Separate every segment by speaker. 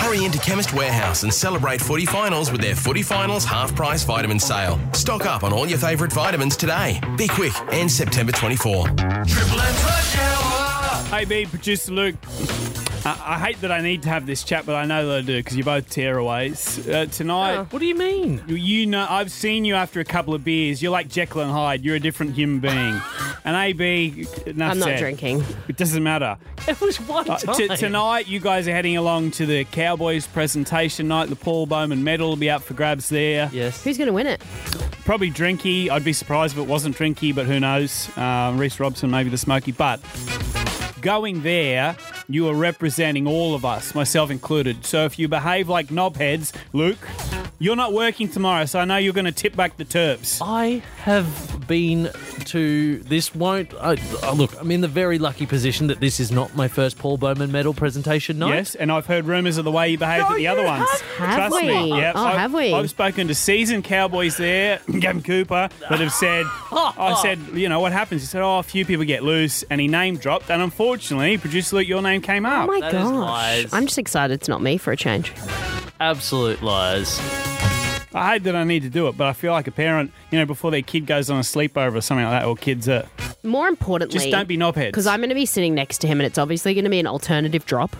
Speaker 1: Hurry into Chemist Warehouse and celebrate footy finals with their footy finals half price vitamin sale. Stock up on all your favourite vitamins today. Be quick and September 24. Triple M Rush Hour!
Speaker 2: Hey, B, producer Luke. I, I hate that I need to have this chat, but I know that I do because you're both tearaways. Uh,
Speaker 3: Oh,
Speaker 2: tonight,
Speaker 4: What do you mean?
Speaker 2: you- you know, I've seen you after a couple of beers. You're like Jekyll and Hyde. You're a different human being. And AB, enough
Speaker 4: I'm not
Speaker 2: said.
Speaker 4: drinking.
Speaker 2: It doesn't matter.
Speaker 4: It was one
Speaker 2: Uh,
Speaker 4: time.
Speaker 2: t- tonight, you guys are heading along to the Cowboys presentation night. The Paul Bowman medal will be up for grabs there.
Speaker 4: Yes.
Speaker 3: Who's going to win it?
Speaker 2: Probably Drinky. I'd be surprised if it wasn't Drinky, but who knows? Uh, Reese Robson, maybe the Smoky. But going there, you are representing all of us, myself included. So if you behave like knobheads, Luke, you're not working tomorrow, so I know you're going to tip back the Terps.
Speaker 4: I have been to this won't I, I look I'm in the very lucky position that this is not my first Paul Bowman medal presentation night.
Speaker 2: Yes, and I've heard rumours of the way you behaved at the other ones.
Speaker 3: Have
Speaker 2: Trust me.
Speaker 3: we?
Speaker 2: Yep.
Speaker 3: Oh,
Speaker 2: I've,
Speaker 3: have we?
Speaker 2: I've spoken to seasoned Cowboys there, Gavin Cooper, that have said, I said, you know, what happens? He said, oh, a few people get loose, and he name dropped, and unfortunately, producer Luke, your name came
Speaker 3: Oh
Speaker 2: up.
Speaker 3: my
Speaker 4: That is
Speaker 3: gosh.
Speaker 4: lies.
Speaker 3: I'm just excited it's not me for a change.
Speaker 4: Absolute lies.
Speaker 2: I hate that I need to do it, but I feel like a parent, you know, before their kid goes on a sleepover or something like that, or kids are
Speaker 3: More importantly,
Speaker 2: just don't be knobheads.
Speaker 3: Because I'm going to be sitting next to him and it's obviously going to be an alternative drop.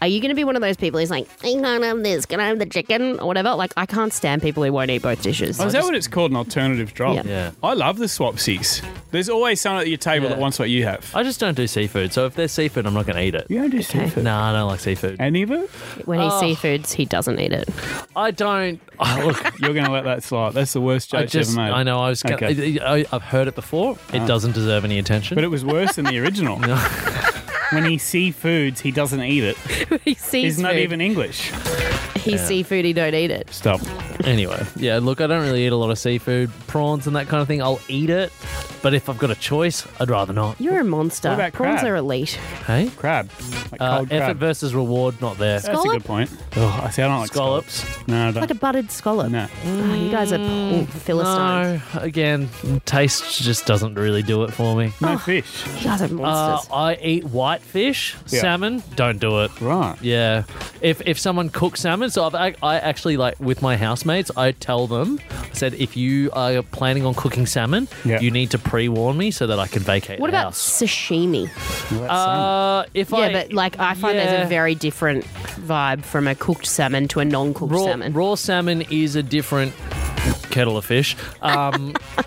Speaker 3: Are you going to be one of those people who's like, I can't have this, can I have the chicken or whatever? Like, I can't stand people who won't eat both dishes.
Speaker 2: Oh, is that what it's called? An alternative drop?
Speaker 3: Yeah.
Speaker 4: Yeah.
Speaker 2: I love the swapsies. There's always someone at your table
Speaker 4: Yeah.
Speaker 2: that wants what you
Speaker 3: Oh,
Speaker 2: have.
Speaker 4: I just don't do seafood, so if there's seafood, I'm not going to eat it.
Speaker 2: You don't do seafood.
Speaker 4: No, I don't like seafood.
Speaker 2: Any of it?
Speaker 3: when he
Speaker 2: Oh.
Speaker 3: seafoods, he doesn't eat it.
Speaker 4: I don't. Oh, look,
Speaker 2: You're going to let that slide. That's the worst joke
Speaker 4: I just.
Speaker 2: you've ever made.
Speaker 4: I know. I was. Gonna,
Speaker 2: Okay. Uh.
Speaker 4: I, I, I've heard it before. It doesn't deserve any attention.
Speaker 2: But it was worse than the original. when he seafoods, he doesn't eat it.
Speaker 3: he sees
Speaker 2: He's not even English.
Speaker 3: He seafood, he don't eat it.
Speaker 2: Stop.
Speaker 4: anyway, yeah. Look, I don't really eat a lot of seafood, prawns, and that kind of thing. I'll eat it, but if I've got a choice, I'd rather not.
Speaker 3: You're a monster.
Speaker 2: What about
Speaker 3: Prawns
Speaker 2: crab?
Speaker 3: are elite.
Speaker 4: Hey.
Speaker 2: Crab. Like
Speaker 4: Uh,
Speaker 2: cold
Speaker 4: effort
Speaker 2: crab.
Speaker 4: versus reward, not there.
Speaker 2: That's a
Speaker 3: Scallop?
Speaker 2: good point. Oh, I see. I don't like scallop.
Speaker 4: Scallops.
Speaker 2: No, I
Speaker 3: Like
Speaker 2: don't.
Speaker 3: a buttered scallop.
Speaker 2: No. Mm,
Speaker 3: Oh, you guys are oh, philistines.
Speaker 4: No, again, taste just doesn't really do it for me.
Speaker 2: No fish.
Speaker 3: You guys are
Speaker 4: Uh,
Speaker 3: monsters.
Speaker 4: I eat whitefish,
Speaker 2: Yeah.
Speaker 4: salmon. Don't do it.
Speaker 2: Right.
Speaker 4: Yeah, if if someone cooks salmon, so I've, ac- I actually like with my housemates, I tell them, I said if you are planning on cooking salmon,
Speaker 2: Yeah.
Speaker 4: you need to pre warn me so that I can vacate.
Speaker 3: what
Speaker 4: the
Speaker 3: about
Speaker 4: house.
Speaker 3: sashimi?
Speaker 2: um,
Speaker 4: Uh, if I
Speaker 3: yeah, but like I find there's
Speaker 4: yeah.
Speaker 3: a very different vibe from a cooked salmon to a non-cooked
Speaker 4: raw
Speaker 3: salmon.
Speaker 4: raw salmon is a different kettle of fish. Um,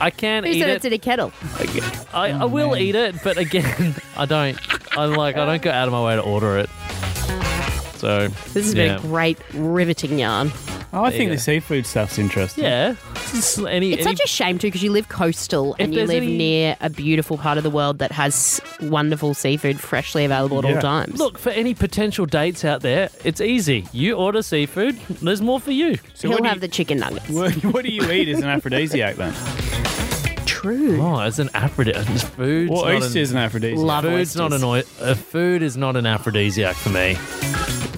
Speaker 4: I can
Speaker 3: Who
Speaker 4: eat
Speaker 3: said
Speaker 4: it.
Speaker 3: it's in a kettle?
Speaker 4: I, I will eat it, but again, I don't. I like. I don't go out of my way to order it. So
Speaker 3: This has
Speaker 4: yeah.
Speaker 3: been a great, riveting yarn.
Speaker 2: Oh, I think
Speaker 4: you
Speaker 2: the
Speaker 4: go.
Speaker 2: seafood stuff's interesting.
Speaker 4: Yeah, it's any,
Speaker 3: It's
Speaker 4: any-
Speaker 3: such a shame too, because you live coastal and you
Speaker 4: there's
Speaker 3: live
Speaker 4: any-
Speaker 3: near a beautiful part of the world that has wonderful seafood freshly available at
Speaker 2: Yeah.
Speaker 3: all times.
Speaker 4: look for any potential dates out there. It's easy. You order seafood. There's more for you.
Speaker 2: So
Speaker 3: he'll
Speaker 2: what do
Speaker 3: have
Speaker 2: you,
Speaker 3: the chicken nuggets.
Speaker 2: What, what do you eat as an aphrodisiac then?
Speaker 3: True.
Speaker 4: Oh, it's an aphrodisiac. Food's
Speaker 2: Well,
Speaker 4: not
Speaker 2: oyster is
Speaker 4: an,
Speaker 2: an aphrodisiac.
Speaker 3: Love
Speaker 4: food's not an
Speaker 3: oysters.
Speaker 4: oy- uh, food is not an aphrodisiac for me.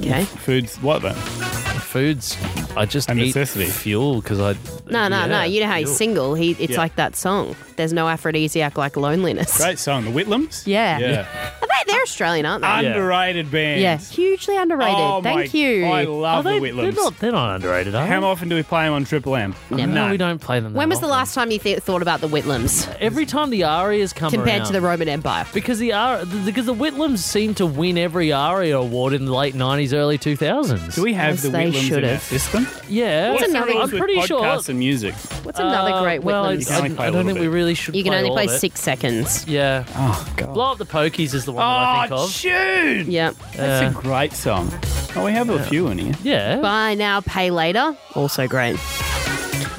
Speaker 3: Okay.
Speaker 2: Food's what then?
Speaker 4: Food's I just
Speaker 2: A
Speaker 4: eat
Speaker 2: necessity.
Speaker 4: fuel because I
Speaker 3: No, no, no.
Speaker 4: yeah,
Speaker 3: You know how he's
Speaker 4: fuel.
Speaker 3: single. He, it's
Speaker 2: Yeah.
Speaker 3: like that song. There's no aphrodisiac like loneliness.
Speaker 2: Great song. The Whitlams?
Speaker 3: Yeah.
Speaker 2: Yeah.
Speaker 3: But they're Australian, aren't they?
Speaker 4: Ah,
Speaker 2: Underrated band.
Speaker 3: yeah, hugely underrated.
Speaker 2: Oh,
Speaker 3: Thank
Speaker 2: my-
Speaker 3: you.
Speaker 2: I
Speaker 4: Are
Speaker 2: love
Speaker 4: Oh, they,
Speaker 2: the
Speaker 4: they're
Speaker 2: Whitlams.
Speaker 4: not. They're not underrated. Are
Speaker 2: How
Speaker 4: they?
Speaker 2: often do we play them on Triple M?
Speaker 3: Never.
Speaker 4: No,
Speaker 2: None.
Speaker 4: we don't play them. that
Speaker 3: when was the
Speaker 4: often.
Speaker 3: last time you th- thought about the Whitlams
Speaker 4: Every time the Arias come
Speaker 3: compared
Speaker 4: around,
Speaker 3: to the Roman Empire?
Speaker 4: because the Ar- because the Whitlams seem to win every Aria award in the late '90s, early 2000s.
Speaker 2: Do we have
Speaker 3: Yes,
Speaker 2: the
Speaker 3: they
Speaker 2: Whitlams in our
Speaker 3: should've.
Speaker 2: system?
Speaker 4: Yeah,
Speaker 3: What's another-
Speaker 4: I'm
Speaker 2: With
Speaker 4: pretty sure.
Speaker 2: Podcasts and music.
Speaker 3: What's another great
Speaker 4: Uh, well, I,
Speaker 3: Whitlams?
Speaker 2: can
Speaker 4: I,
Speaker 2: only play a
Speaker 4: I don't
Speaker 2: little
Speaker 4: think we
Speaker 2: bit.
Speaker 4: really should.
Speaker 3: You can
Speaker 4: play
Speaker 3: only
Speaker 4: all
Speaker 3: play
Speaker 4: of it.
Speaker 3: six seconds.
Speaker 4: Yeah,
Speaker 2: Oh, God.
Speaker 4: blow up the pokies is the one that I think
Speaker 2: Oh,
Speaker 4: of.
Speaker 2: shoot!
Speaker 3: Yep.
Speaker 2: That's a
Speaker 4: Yeah.
Speaker 2: great song. Oh, we have a few in here.
Speaker 4: yeah,
Speaker 3: Buy now, pay later. Also great.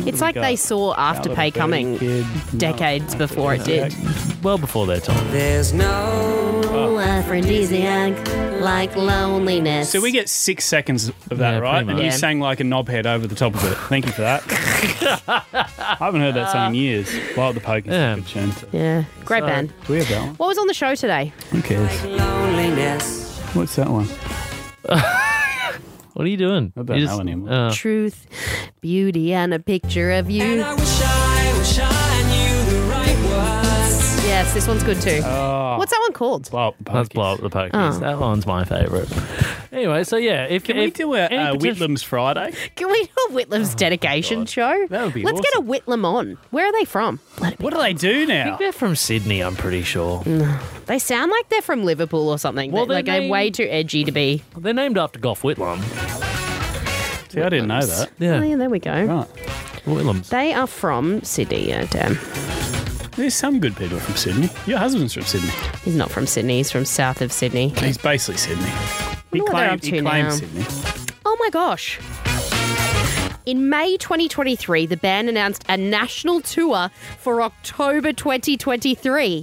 Speaker 3: It's like
Speaker 2: got?
Speaker 3: they saw Afterpay
Speaker 2: Calibre
Speaker 3: coming
Speaker 2: Kid.
Speaker 3: decades before it did.
Speaker 4: well before their time.
Speaker 5: There's no
Speaker 4: Oh.
Speaker 3: Aphrodisiac, like loneliness.
Speaker 2: So we get six seconds of that,
Speaker 4: Yeah,
Speaker 2: right?
Speaker 4: pretty
Speaker 2: And you
Speaker 3: much. Yeah.
Speaker 2: sang like a knobhead over the top of it. Thank you for that. I haven't heard that song in years. Well, the Pokies
Speaker 4: Yeah.
Speaker 2: yeah. good tune.
Speaker 3: Yeah, great band.
Speaker 2: Do we have that one?
Speaker 3: What was on the show today?
Speaker 2: Who cares?
Speaker 5: loneliness.
Speaker 2: What's that one?
Speaker 4: What are you doing?
Speaker 2: I don't
Speaker 4: You
Speaker 2: know anymore.
Speaker 4: uh,
Speaker 3: Truth, beauty, and a picture of
Speaker 5: And
Speaker 3: you.
Speaker 5: I wish I, wish I knew the right words.
Speaker 4: Oh.
Speaker 3: Yes, this one's good too. What's that one called?
Speaker 2: Blow up the
Speaker 4: Let's
Speaker 2: pokies.
Speaker 4: blow up the pokies. That one's my favourite. Anyway, so yeah, if
Speaker 2: Oh. Can we
Speaker 4: if
Speaker 2: do a, uh,
Speaker 4: any
Speaker 2: a
Speaker 4: potential-
Speaker 2: Whitlam's Friday?
Speaker 3: Can we do a Whitlam's dedication show?
Speaker 2: Oh That would be
Speaker 3: Let's get a Whitlam on. Where are they from? Bloody-
Speaker 2: What do they do now?
Speaker 4: They're from Sydney, I'm pretty sure.
Speaker 2: Mm.
Speaker 3: They sound like they're from Liverpool or something.
Speaker 4: Well,
Speaker 3: Well,
Speaker 4: they
Speaker 3: like they're
Speaker 4: may-
Speaker 3: way too edgy to be.
Speaker 4: They're named after Gough Whitlam.
Speaker 2: See, I didn't know that.
Speaker 3: Oh,
Speaker 4: Yeah,
Speaker 3: yeah, there we go.
Speaker 2: Right.
Speaker 4: Whitlams.
Speaker 3: They are from Sydney. Yeah, damn.
Speaker 2: There's some good people from Sydney. Your husband's from Sydney.
Speaker 3: He's not from Sydney. He's from south of Sydney.
Speaker 2: He's basically Sydney. He
Speaker 3: Wonder what they're up
Speaker 2: claimed, he
Speaker 3: to
Speaker 2: claimed
Speaker 3: now.
Speaker 2: Sydney.
Speaker 3: Oh my gosh. In May 2023, the band announced a national tour for October 2023.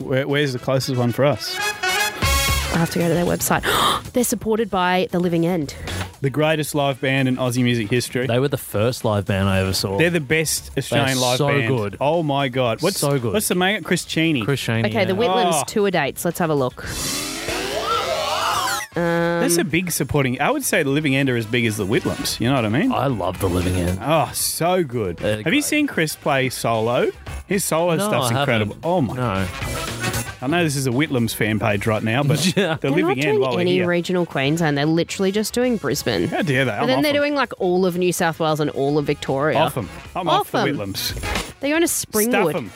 Speaker 2: Where, where's the closest one for us?
Speaker 3: I have to go to their website. They're supported by The Living End.
Speaker 2: The greatest live band in Aussie music history.
Speaker 4: They were the first live band I ever saw.
Speaker 2: They're the best Australian live
Speaker 4: so
Speaker 2: band.
Speaker 4: good.
Speaker 2: Oh my god. What's
Speaker 4: So good.
Speaker 2: What's the mate? Chris Cheney.
Speaker 4: Chris Chaney,
Speaker 3: Okay, the
Speaker 4: yeah.
Speaker 3: Whitlams
Speaker 2: Oh.
Speaker 3: tour dates. Let's have a look.
Speaker 2: That's a big supporting. I would say the Living End are as big as the Whitlams. You know what I mean?
Speaker 4: I love the Living End.
Speaker 2: Oh, so good.
Speaker 4: They're
Speaker 2: Have you
Speaker 4: great.
Speaker 2: seen Chris play solo? His solo
Speaker 4: No,
Speaker 2: stuff's
Speaker 4: I haven't.
Speaker 2: incredible. Oh my!
Speaker 4: No,
Speaker 2: I know this is a Whitlams fan page right now, but
Speaker 4: Yeah.
Speaker 2: the
Speaker 3: They're
Speaker 2: Living
Speaker 3: not
Speaker 2: End.
Speaker 3: doing
Speaker 2: While we're
Speaker 3: any
Speaker 2: here,
Speaker 3: regional Queensland. They're literally just doing Brisbane.
Speaker 2: how dare they?
Speaker 3: But
Speaker 2: I'm
Speaker 3: then
Speaker 2: off
Speaker 3: they're
Speaker 2: them.
Speaker 3: doing like all of New South Wales and all of Victoria.
Speaker 2: off them. I'm off,
Speaker 3: Off
Speaker 2: the
Speaker 3: 'em.
Speaker 2: Whitlams.
Speaker 3: They're going to
Speaker 2: Stuff
Speaker 3: Springwood.
Speaker 2: them.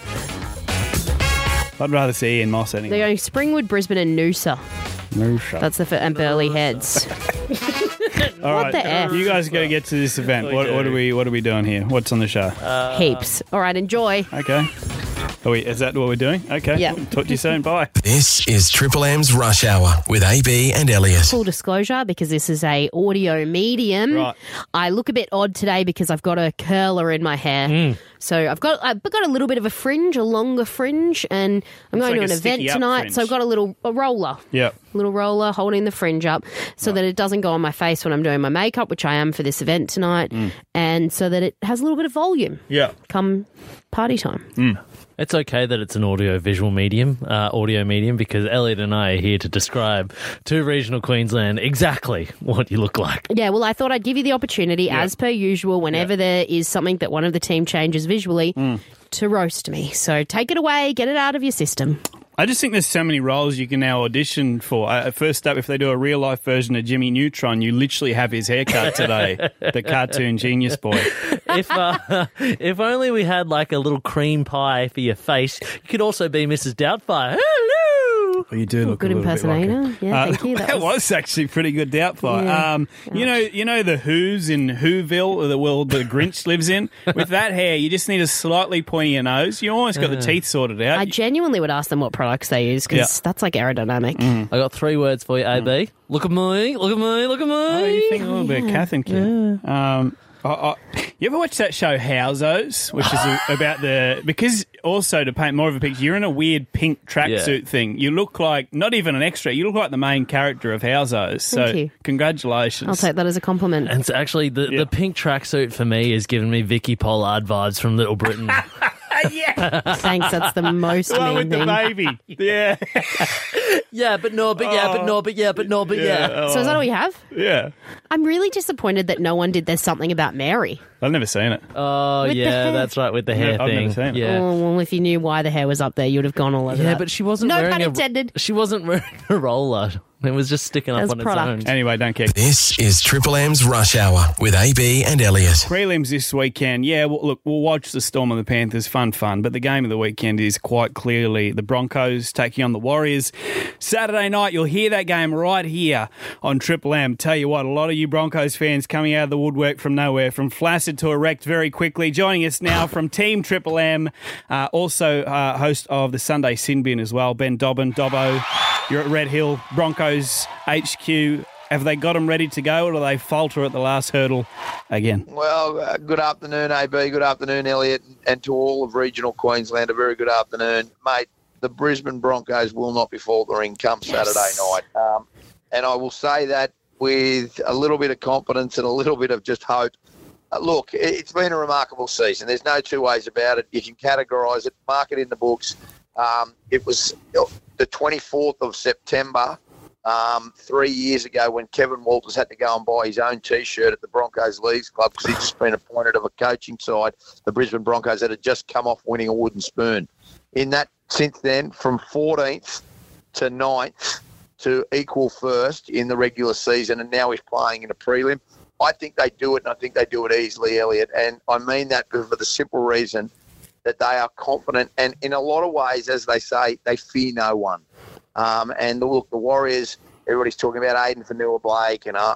Speaker 2: I'd rather see Ian Moss anyway.
Speaker 3: They're going Springwood, Brisbane, and Noosa.
Speaker 2: No shot.
Speaker 3: That's the for and Burley Heads.
Speaker 2: All right,
Speaker 3: what the F?
Speaker 2: you guys got to get to this event. What, what are we? What are we doing here? What's on the show?
Speaker 3: Heaps. All right, enjoy.
Speaker 2: okay. Are we, is that what we're doing? Okay.
Speaker 3: Yeah.
Speaker 2: Talk to you soon. Bye.
Speaker 1: This is Triple M's Rush Hour with AB and Elliot.
Speaker 3: Full disclosure, because this is a audio medium.
Speaker 2: Right.
Speaker 3: I look a bit odd today because I've got a curler in my hair.
Speaker 2: Mm.
Speaker 3: So I've got I've got a little bit of a fringe, a longer fringe, and I'm going
Speaker 2: like
Speaker 3: to
Speaker 2: a
Speaker 3: an event
Speaker 2: sticky up
Speaker 3: tonight.
Speaker 2: fringe.
Speaker 3: So I've got a little a roller.
Speaker 2: Yeah.
Speaker 3: little roller holding the fringe up so that it doesn't go on my face when I'm doing my makeup, which I am for this event tonight,
Speaker 2: Mm.
Speaker 3: and so that it has a little bit of volume
Speaker 2: Yeah.
Speaker 3: come party time.
Speaker 2: Mm.
Speaker 4: it's okay that it's an audio-visual medium, uh, audio medium, because Elliot and I are here to describe to regional Queensland exactly what you look like.
Speaker 3: Yeah, well, I thought I'd give you the opportunity, as per usual, whenever there is something that one of the team changes visually.
Speaker 2: Mm.
Speaker 3: To roast me. So take it away, get it out of your system.
Speaker 2: I just think there's so many roles you can now audition for. Uh, first up, if they do a real life version of Jimmy Neutron, you literally have his haircut today, the cartoon genius boy.
Speaker 4: if uh, if only we had like a little cream pie for your face, you could also be Mrs. Doubtfire. Hello.
Speaker 2: Well, you do look
Speaker 3: Good
Speaker 2: a little Bit like
Speaker 3: impersonator.
Speaker 2: him.
Speaker 3: Yeah,
Speaker 2: Uh,
Speaker 3: thank you. That,
Speaker 2: That
Speaker 3: was,
Speaker 2: was actually pretty good doubtfire.
Speaker 3: Yeah.
Speaker 2: Um, you know, you know the Who's in Whoville, or the world the Grinch lives in. With that hair, you just need a slightly pointier nose. You almost got the teeth sorted out.
Speaker 3: Uh-huh. I genuinely would ask them what products they use because
Speaker 2: Yeah. Mm.
Speaker 3: that's like aerodynamic.
Speaker 4: I got three words for you, AB. Look at me, look at me, look at
Speaker 2: Oh,
Speaker 4: me.
Speaker 2: you think a little bit of Kath and Kim. Um, I, I, you ever watch that show Howzos, which is a, about the because also to paint more of a picture, you're in a weird pink tracksuit
Speaker 4: Yeah.
Speaker 2: thing. You look like not even an extra. You look like the main character of Howzos. So
Speaker 3: Thank you.
Speaker 2: congratulations.
Speaker 3: I'll take that as a compliment.
Speaker 4: And so actually, the,
Speaker 2: Yeah.
Speaker 4: the pink tracksuit for me is giving me Vicky Pollard vibes from Little Britain.
Speaker 2: yeah,
Speaker 3: Thanks, that's the most
Speaker 2: the one
Speaker 3: mean
Speaker 2: with the
Speaker 3: thing.
Speaker 2: baby. Yeah,
Speaker 4: yeah, but no, but yeah, but no, but yeah, but no, but yeah.
Speaker 3: So is that all you have?
Speaker 2: yeah.
Speaker 3: I'm really disappointed that no one did There's Something About Mary.
Speaker 2: I've never seen it.
Speaker 4: Oh,
Speaker 3: With the
Speaker 4: yeah,
Speaker 3: hair.
Speaker 4: that's right, with the hair
Speaker 2: I've never
Speaker 4: thing.
Speaker 2: seen it.
Speaker 4: Yeah.
Speaker 3: Oh, well, if you knew why the hair was up there, you'd have gone all over
Speaker 4: Yeah,
Speaker 3: that.
Speaker 4: but she wasn't
Speaker 3: No
Speaker 4: wearing
Speaker 3: pun
Speaker 4: a-
Speaker 3: intended.
Speaker 4: she wasn't wearing a roller. It was just sticking up
Speaker 3: As
Speaker 4: on
Speaker 3: product.
Speaker 4: its own.
Speaker 2: Anyway, don't care.
Speaker 1: This is Triple M's Rush Hour with AB and Elliot.
Speaker 2: Prelims this weekend. Yeah, well, look, we'll watch the Storm and the Panthers. Fun, fun. But the game of the weekend is quite clearly the Broncos taking on the Warriors. Saturday night, you'll hear that game right here on Triple M. Tell you what, a lot of you Broncos fans coming out of the woodwork from nowhere, from flaccid to erect very quickly. Joining us now from Team Triple M, uh, also uh, host of the Sunday Sin Bin as well, Ben Dobbin. Dobbo, you're at Red Hill, Broncos HQ. Have they got them ready to go, or do they falter at the last hurdle again?
Speaker 6: Well, uh, good afternoon, AB. Good afternoon, Elliot, and to all of regional Queensland. A very good afternoon, mate. The Brisbane Broncos will not be faltering come Saturday night, um, and I will say that with a little bit of confidence and a little bit of just hope. Uh, look, it- it's been a remarkable season. There's no two ways about it. You can categorise it, mark it in the books. Um, it was the 24th of September um, three years ago when Kevin Walters had to go and buy his own T-shirt at the Broncos Leagues Club because he'd just been appointed of a coaching side, the Brisbane Broncos, that had just come off winning a wooden spoon. In that, since then, from 14th to ninth to equal first in the regular season, and now he's playing in a prelim. I think they do it, and I think they do it easily, Elliot. And I mean that for the simple reason that they are confident, and in a lot of ways, as they say, they fear no one. Um, and look, the Warriors, everybody's talking about Aiden Fanua Blake, and uh,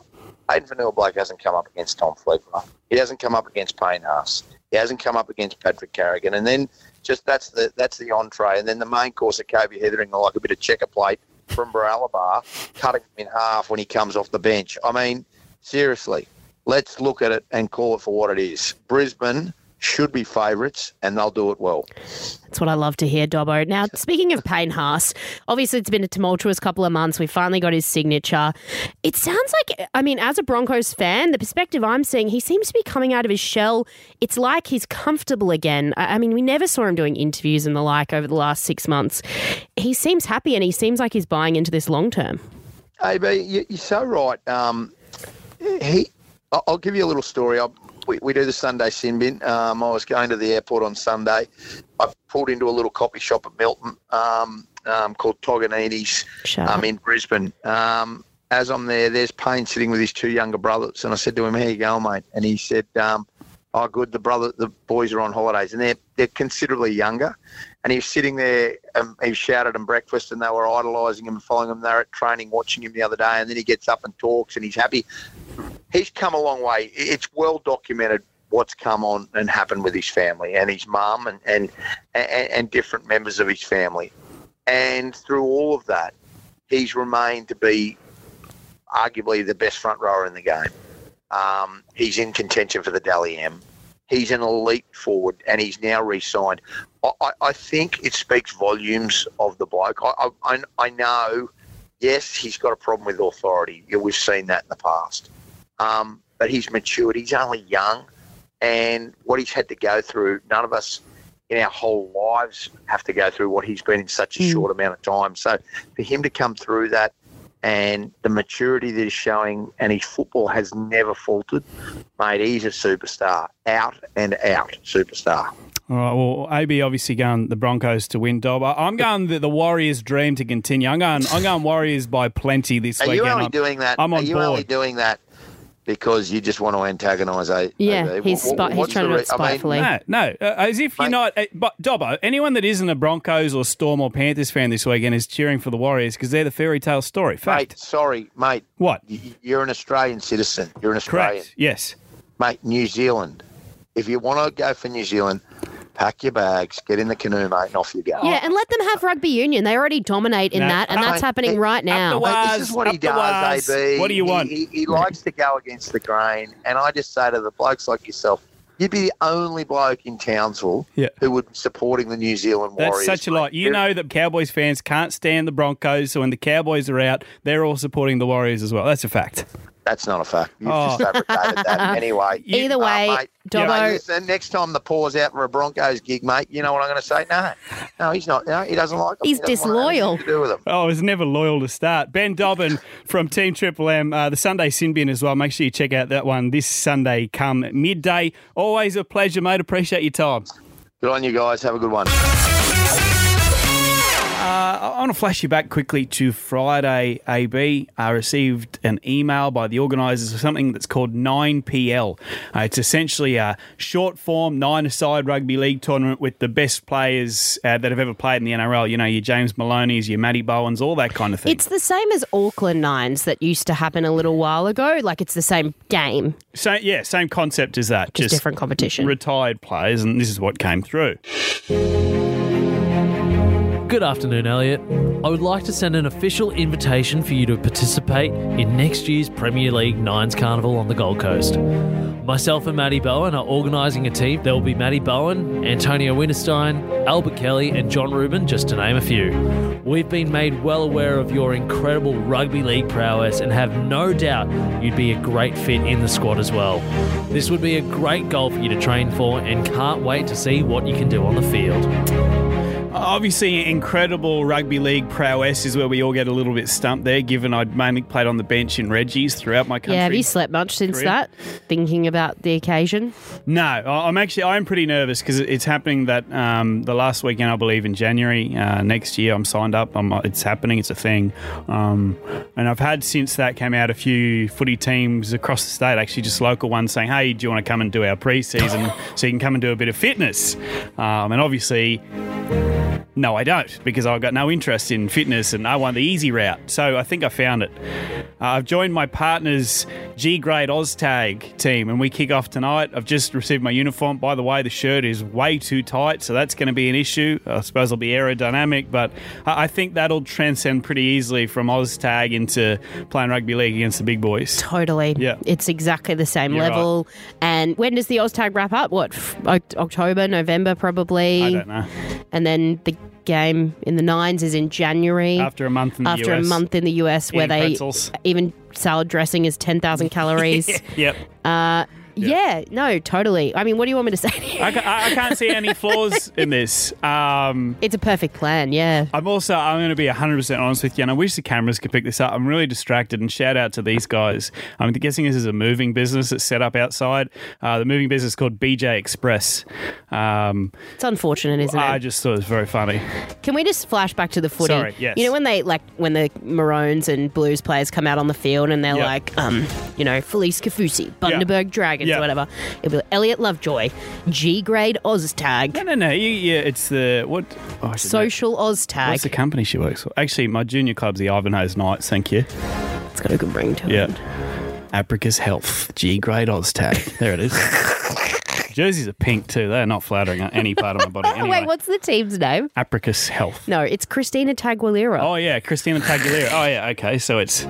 Speaker 6: Aiden Fanua Blake hasn't come up against Tom Fleetwood. He hasn't come up against Payne Haas. He hasn't come up against Patrick Carrigan. And then just that's the that's the entree, and then the main course of Kobe Heathering, like a bit of checker plate from Baralabar, cutting him in half when he comes off the bench. I mean, seriously, let's look at it and call it for what it is. Brisbane should be favourites, and they'll do it well.
Speaker 3: That's what I love to hear, Dobbo. Now, speaking of Payne Haas, obviously it's been a tumultuous couple of months. We finally got his signature. It sounds like, I mean, as a Broncos fan, the perspective I'm seeing, he seems to be coming out of his shell. It's like he's comfortable again. I, I mean, we never saw him doing interviews and the like over the last six months. He seems happy and he seems like he's buying into this long term.
Speaker 6: AB, you- you're so right. Um, he, I- I'll give you a little story. I, we, we do the Sunday sin bin. Um, I was going to the airport on Sunday. I pulled into a little coffee shop at Milton um, um, called Toganini's
Speaker 3: Shout
Speaker 6: um,
Speaker 3: out.
Speaker 6: in Brisbane. Um, as I'm there, there's Payne sitting with his two younger brothers, and I said to him, "How you go, mate?" And he said, um, "Oh, good. The brother, the boys are on holidays, and they're they're considerably younger." And he was sitting there, um, he shouted him breakfast, and they were idolising him and following him. They were at training, watching him the other day, and then he gets up and talks, and he's happy. He's come a long way. I- It's well documented what's come on and happened with his family and his mum and and, and and different members of his family. And through all of that, he's remained to be arguably the best front rower in the game. Um, he's in contention for the Dally M. He's an elite forward, and he's now re-signed. I, I, I think it speaks volumes of the bloke. I, I, I- I know, yes, he's got a problem with authority. Yeah, We've seen that in the past. Um, but he's matured. He's only young, and what he's had to go through, none of us in our whole lives have to go through what he's been in such a short amount of time. So for him to come through that and the maturity that he's showing and his football has never faltered, mate, he's a superstar. Out and out superstar.
Speaker 2: All right. Well, AB obviously going the Broncos to win. Dob, I- I'm going the, the Warriors' dream to continue. I'm going. I'm going Warriors by plenty this
Speaker 6: Are
Speaker 2: weekend.
Speaker 6: you only
Speaker 2: I'm-
Speaker 6: doing that?
Speaker 2: I'm on
Speaker 6: are you
Speaker 2: board.
Speaker 6: only doing that because you just want to eh? antagonise A?
Speaker 3: Yeah,
Speaker 6: AB?
Speaker 3: he's
Speaker 6: What-
Speaker 3: spot- he's
Speaker 6: what's
Speaker 3: trying to eh? do
Speaker 6: the re-
Speaker 3: it spitefully.
Speaker 2: No, no. Uh, as if you're
Speaker 6: Mate.
Speaker 2: not. Uh, but Dobbo, anyone that isn't a Broncos or Storm or Panthers fan this weekend is cheering for the Warriors because they're the fairy tale story.
Speaker 6: I mean,
Speaker 2: Fact.
Speaker 6: mate, sorry, mate.
Speaker 2: What?
Speaker 6: y- y- You're an Australian citizen. You're an
Speaker 2: Correct.
Speaker 6: Australian,
Speaker 2: Yes.
Speaker 6: mate. New Zealand. If you want to go for New Zealand, pack your bags, get in the canoe, mate, and off you go.
Speaker 2: Oh.
Speaker 3: Yeah, and let them have rugby union. They already dominate in
Speaker 2: No.
Speaker 3: that, and
Speaker 6: No,
Speaker 3: that's
Speaker 6: I-
Speaker 3: happening right now.
Speaker 2: the
Speaker 6: Mate,
Speaker 2: Waz,
Speaker 6: this is what he
Speaker 2: up the Waz.
Speaker 6: does, AB.
Speaker 2: What do you
Speaker 6: He-
Speaker 2: want?
Speaker 6: He, he likes to go against the grain, and I just say to the blokes like yourself, you'd be the only bloke in Townsville
Speaker 2: Yeah.
Speaker 6: who would be supporting the New Zealand
Speaker 2: That's
Speaker 6: Warriors.
Speaker 2: such a
Speaker 6: mate.
Speaker 2: lot. You know that Cowboys fans can't stand the Broncos, so when the Cowboys are out, they're all supporting the Warriors as well. That's a fact.
Speaker 6: that's not a fact. You've
Speaker 2: Oh.
Speaker 6: just fabricated that anyway.
Speaker 2: You-
Speaker 3: Either
Speaker 6: Uh,
Speaker 3: way,
Speaker 6: mate, mate,
Speaker 3: Dobbo,
Speaker 6: listen, next time the paw's out for a Broncos gig, mate, you know what I'm going to say? No, no, he's not. No, he doesn't like them.
Speaker 3: He's
Speaker 6: He doesn't want anything
Speaker 3: disloyal.
Speaker 6: To do with them.
Speaker 2: Oh, I was never loyal to start. Ben Dobbin from Team Triple M, uh, the Sunday Sin Bin as well. Make sure you check out that one this Sunday come midday. Always a pleasure, mate. Appreciate your time.
Speaker 6: Good on you guys. Have a good one.
Speaker 2: I want to flash you back quickly to Friday. AB I received an email by the organisers of something that's called 9PL. Uh, it's essentially a short form nine-a-side rugby league tournament with the best players uh, that have ever played in the NRL. You know your James Maloney's, your Matty Bowens, all that kind of thing.
Speaker 3: it's the same as Auckland Nines that used to happen a little while ago. Like it's the same game,
Speaker 2: so yeah, same concept as that.
Speaker 3: just, different competition.
Speaker 2: Retired players, and this is what came through.
Speaker 4: Good afternoon, Elliot. I would like to send an official invitation for you to participate in next year's Premier League Nines Carnival on the Gold Coast. Myself and Matty Bowen are organising a team. There will be Matty Bowen, Antonio Winterstein, Albert Kelly, and John Rubin, just to name a few. We've been made well aware of your incredible rugby league prowess and have no doubt you'd be a great fit in the squad as well. This would be a great goal for you to train for and can't wait to see what you can do on the field.
Speaker 2: Obviously, incredible rugby league prowess is where we all get a little bit stumped there, given I'd mainly played on the bench in Reggie's throughout my country.
Speaker 3: Yeah, have you slept much since
Speaker 2: Korea.
Speaker 3: that? Thinking about the occasion?
Speaker 2: No, I- I'm actually I'm pretty nervous because it's happening that um, the last weekend I believe in January uh, next year I'm signed up. I'm, uh, it's happening. It's a thing. Um, and I've had since that came out a few footy teams across the state, actually just local ones, saying, "Hey, do you want to come and do our pre-season so you can come and do a bit of fitness?" Um, and obviously. No, I don't, because I've got no interest in fitness and I want the easy route. So I think I found it. Uh, I've joined my partner's G grade Oztag team and we kick off tonight. I've just received my uniform. By the way, the shirt is way too tight, so that's going to be an issue. I suppose it'll be aerodynamic, but I I think that'll transcend pretty easily from Oztag into playing rugby league against the big boys.
Speaker 3: Totally.
Speaker 2: Yeah.
Speaker 3: It's exactly the same
Speaker 2: You're right.
Speaker 3: level. And when does the OzTag wrap up? What, f- Oc- October, November probably?
Speaker 2: I don't know.
Speaker 3: And then the game in the nines is in January.
Speaker 2: After a month in the
Speaker 3: After
Speaker 2: US.
Speaker 3: a month in the US where
Speaker 2: Eating
Speaker 3: they
Speaker 2: pretzels.
Speaker 3: even salad dressing is 10,000 calories.
Speaker 2: Yep.
Speaker 3: Uh, yeah. no, totally. I mean, what do you want me to say?
Speaker 2: I, ca- I I can't see any flaws in this. Um,
Speaker 3: it's a perfect plan, yeah.
Speaker 2: I'm also I'm going to be 100% honest with you, and I wish the cameras could pick this up. I'm really distracted, and shout out to these guys. I'm guessing this is a moving business that's set up outside. Uh, the moving business is called BJ Express. Um,
Speaker 3: It's unfortunate, isn't it?
Speaker 2: I just thought it was very funny.
Speaker 3: Can we just flash back to the footy?
Speaker 2: Sorry, yes.
Speaker 3: You know when they like when the Maroons and Blues players come out on the field and they're
Speaker 2: Yeah.
Speaker 3: like, um, you know, Felice Kafusi, Bundaberg Dragons,
Speaker 2: Yeah.
Speaker 3: or whatever. It'll be like, Elliot Lovejoy, G grade Oztag,
Speaker 2: No, no, no. You, yeah, it's the what? oh, I should know.
Speaker 3: social
Speaker 2: What's the
Speaker 3: Oztag.
Speaker 2: company she works for? Actually, my junior club's the Ivanhoe's Knights. Thank you.
Speaker 3: It's got a good ring to
Speaker 2: Yeah.
Speaker 3: it.
Speaker 2: Apricus Health, G grade Oztag. There it is. Jerseys are pink too. They're not flattering on any part of my body.
Speaker 3: Oh
Speaker 2: Anyway,
Speaker 3: wait, what's the team's name?
Speaker 2: Apricus Health.
Speaker 3: No, it's Christina Taguilera.
Speaker 2: Oh yeah, Christina Tagliera. Oh yeah, okay. So it's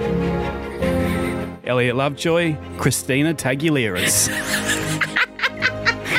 Speaker 2: Elliot Lovejoy, Christina Tagliera's.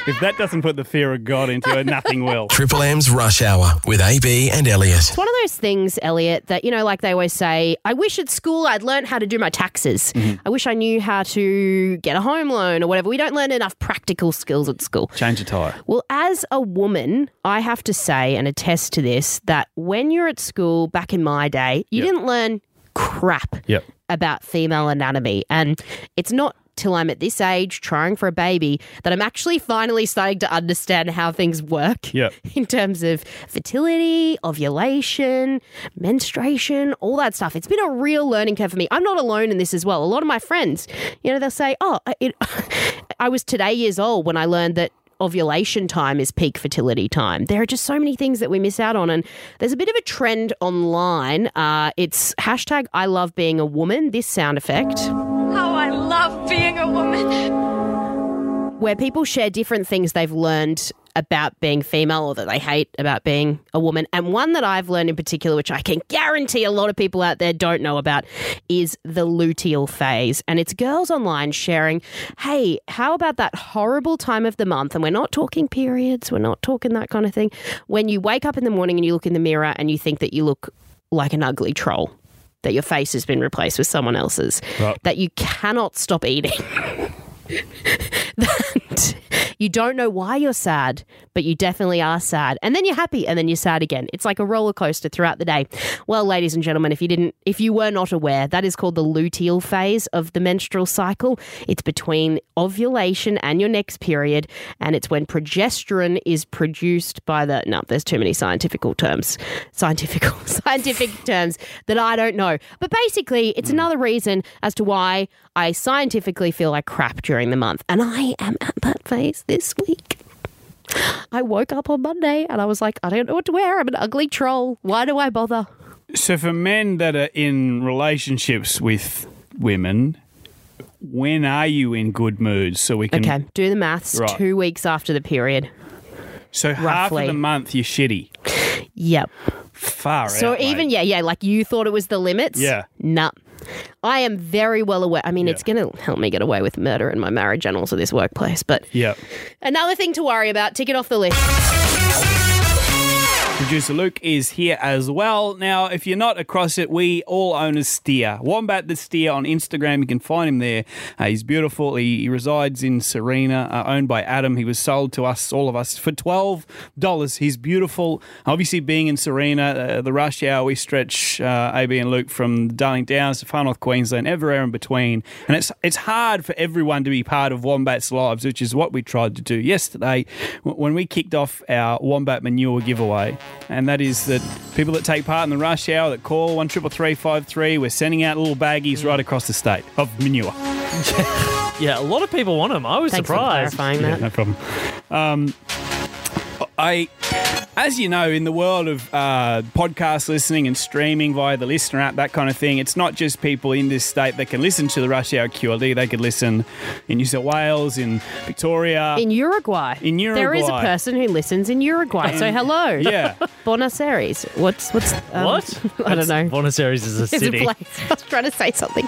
Speaker 2: if that doesn't put the fear of God into her, nothing will.
Speaker 1: Triple M's Rush Hour with AB and Elliot.
Speaker 3: It's one of those things, Elliot, that, you know, like they always say, I wish at school I'd learned how to do my taxes. I wish I knew how to get a home loan or whatever. We don't learn enough practical skills at school.
Speaker 2: Change a tire.
Speaker 3: Well, as a woman, I have to say and attest to this that when you're at school back in my day, you
Speaker 2: Yep.
Speaker 3: didn't learn crap
Speaker 2: Yep.
Speaker 3: about female anatomy. And it's not till I'm at this age trying for a baby that I'm actually finally starting to understand how things work
Speaker 2: Yep.
Speaker 3: in terms of fertility, ovulation, menstruation, all that stuff. It's been a real learning curve for me. I'm not alone in this as well. A lot of my friends, you know, they'll say, "Oh, I- it, I was today years old when I learned that." Ovulation time is peak fertility time. There are just so many things that we miss out on, and there's a bit of a trend online. Uh, it's hashtag I love being a woman. This sound effect.
Speaker 7: How Oh, I love being a woman.
Speaker 3: where people share different things they've learned about being female or that they hate about being a woman. And one that I've learned in particular, which I can guarantee a lot of people out there don't know about, is the luteal phase. And it's girls online sharing, hey, how about that horrible time of the month? And we're not talking periods, we're not talking that kind of thing. When you wake up in the morning and you look in the mirror and you think that you look like an ugly troll. That your face has been replaced with someone else's,
Speaker 2: Right.
Speaker 3: that you cannot stop eating that you don't know why you're sad, but you definitely are sad. And then you're happy and then you're sad again. It's like a roller coaster throughout the day. Well, ladies and gentlemen, if you didn't if you were not aware, that is called the luteal phase of the menstrual cycle. It's between ovulation and your next period, and it's when progesterone is produced by the no, there's too many scientific terms. Scientific scientific terms that I don't know. But basically,
Speaker 2: Hmm.
Speaker 3: it's another reason as to why I scientifically feel like crap during the month. And I am at that phase this week. I woke up on Monday and I was like, I don't know what to wear. I'm an ugly troll. Why do I bother?
Speaker 2: So for men that are in relationships with women, when are you in good moods? So we can.
Speaker 3: Okay, do the maths
Speaker 2: Right.
Speaker 3: two weeks after the period.
Speaker 2: So half of
Speaker 3: Roughly.
Speaker 2: the month you're shitty.
Speaker 3: Yep.
Speaker 2: Far
Speaker 3: So
Speaker 2: out,
Speaker 3: even
Speaker 2: mate.
Speaker 3: yeah, yeah, like you thought it was the limits.
Speaker 2: Yeah.
Speaker 3: Nah. I am very well aware. I mean,
Speaker 2: Yeah.
Speaker 3: it's going to help me get away with murder in my marriage and also this workplace. But
Speaker 2: Yep.
Speaker 3: another thing to worry about. Tick it off the list.
Speaker 2: Producer Luke is here as well. Now, if you're not across it, we all own a steer. Wombat the Steer on Instagram. You can find him there. Uh, he's beautiful. He, he resides in Serena, uh, owned by Adam. He was sold to us, all of us, for $12. He's beautiful. Obviously, being in Serena, uh, the rush hour, we stretch uh, AB and Luke from Darling Downs to far north Queensland, everywhere in between. And it's, it's hard for everyone to be part of Wombat's lives, which is what we tried to do yesterday w- when we kicked off our Wombat Manure giveaway. And that is that people that take part in the rush hour that call 133353, we're sending out little baggies right across the state of manure.
Speaker 4: Yeah, a lot of people want them. I was
Speaker 3: Thanks for
Speaker 4: surprised.
Speaker 3: clarifying that.
Speaker 2: No problem. Um, I, as you know, in the world of uh, podcast listening and streaming via the listener app, that kind of thing, it's not just people in this state that can listen to the Rush Hour QLD. They could listen in New South Wales, in Victoria.
Speaker 3: In Uruguay.
Speaker 2: In
Speaker 3: There is a
Speaker 2: Uruguay.
Speaker 3: person who listens in Uruguay. So hello.
Speaker 2: yeah.
Speaker 3: Buenos Aires. What's what's um,
Speaker 4: What?
Speaker 3: I don't
Speaker 4: That's-
Speaker 3: know.
Speaker 4: Buenos Aires is a
Speaker 3: It's a
Speaker 4: city.
Speaker 3: place. I was trying to say something.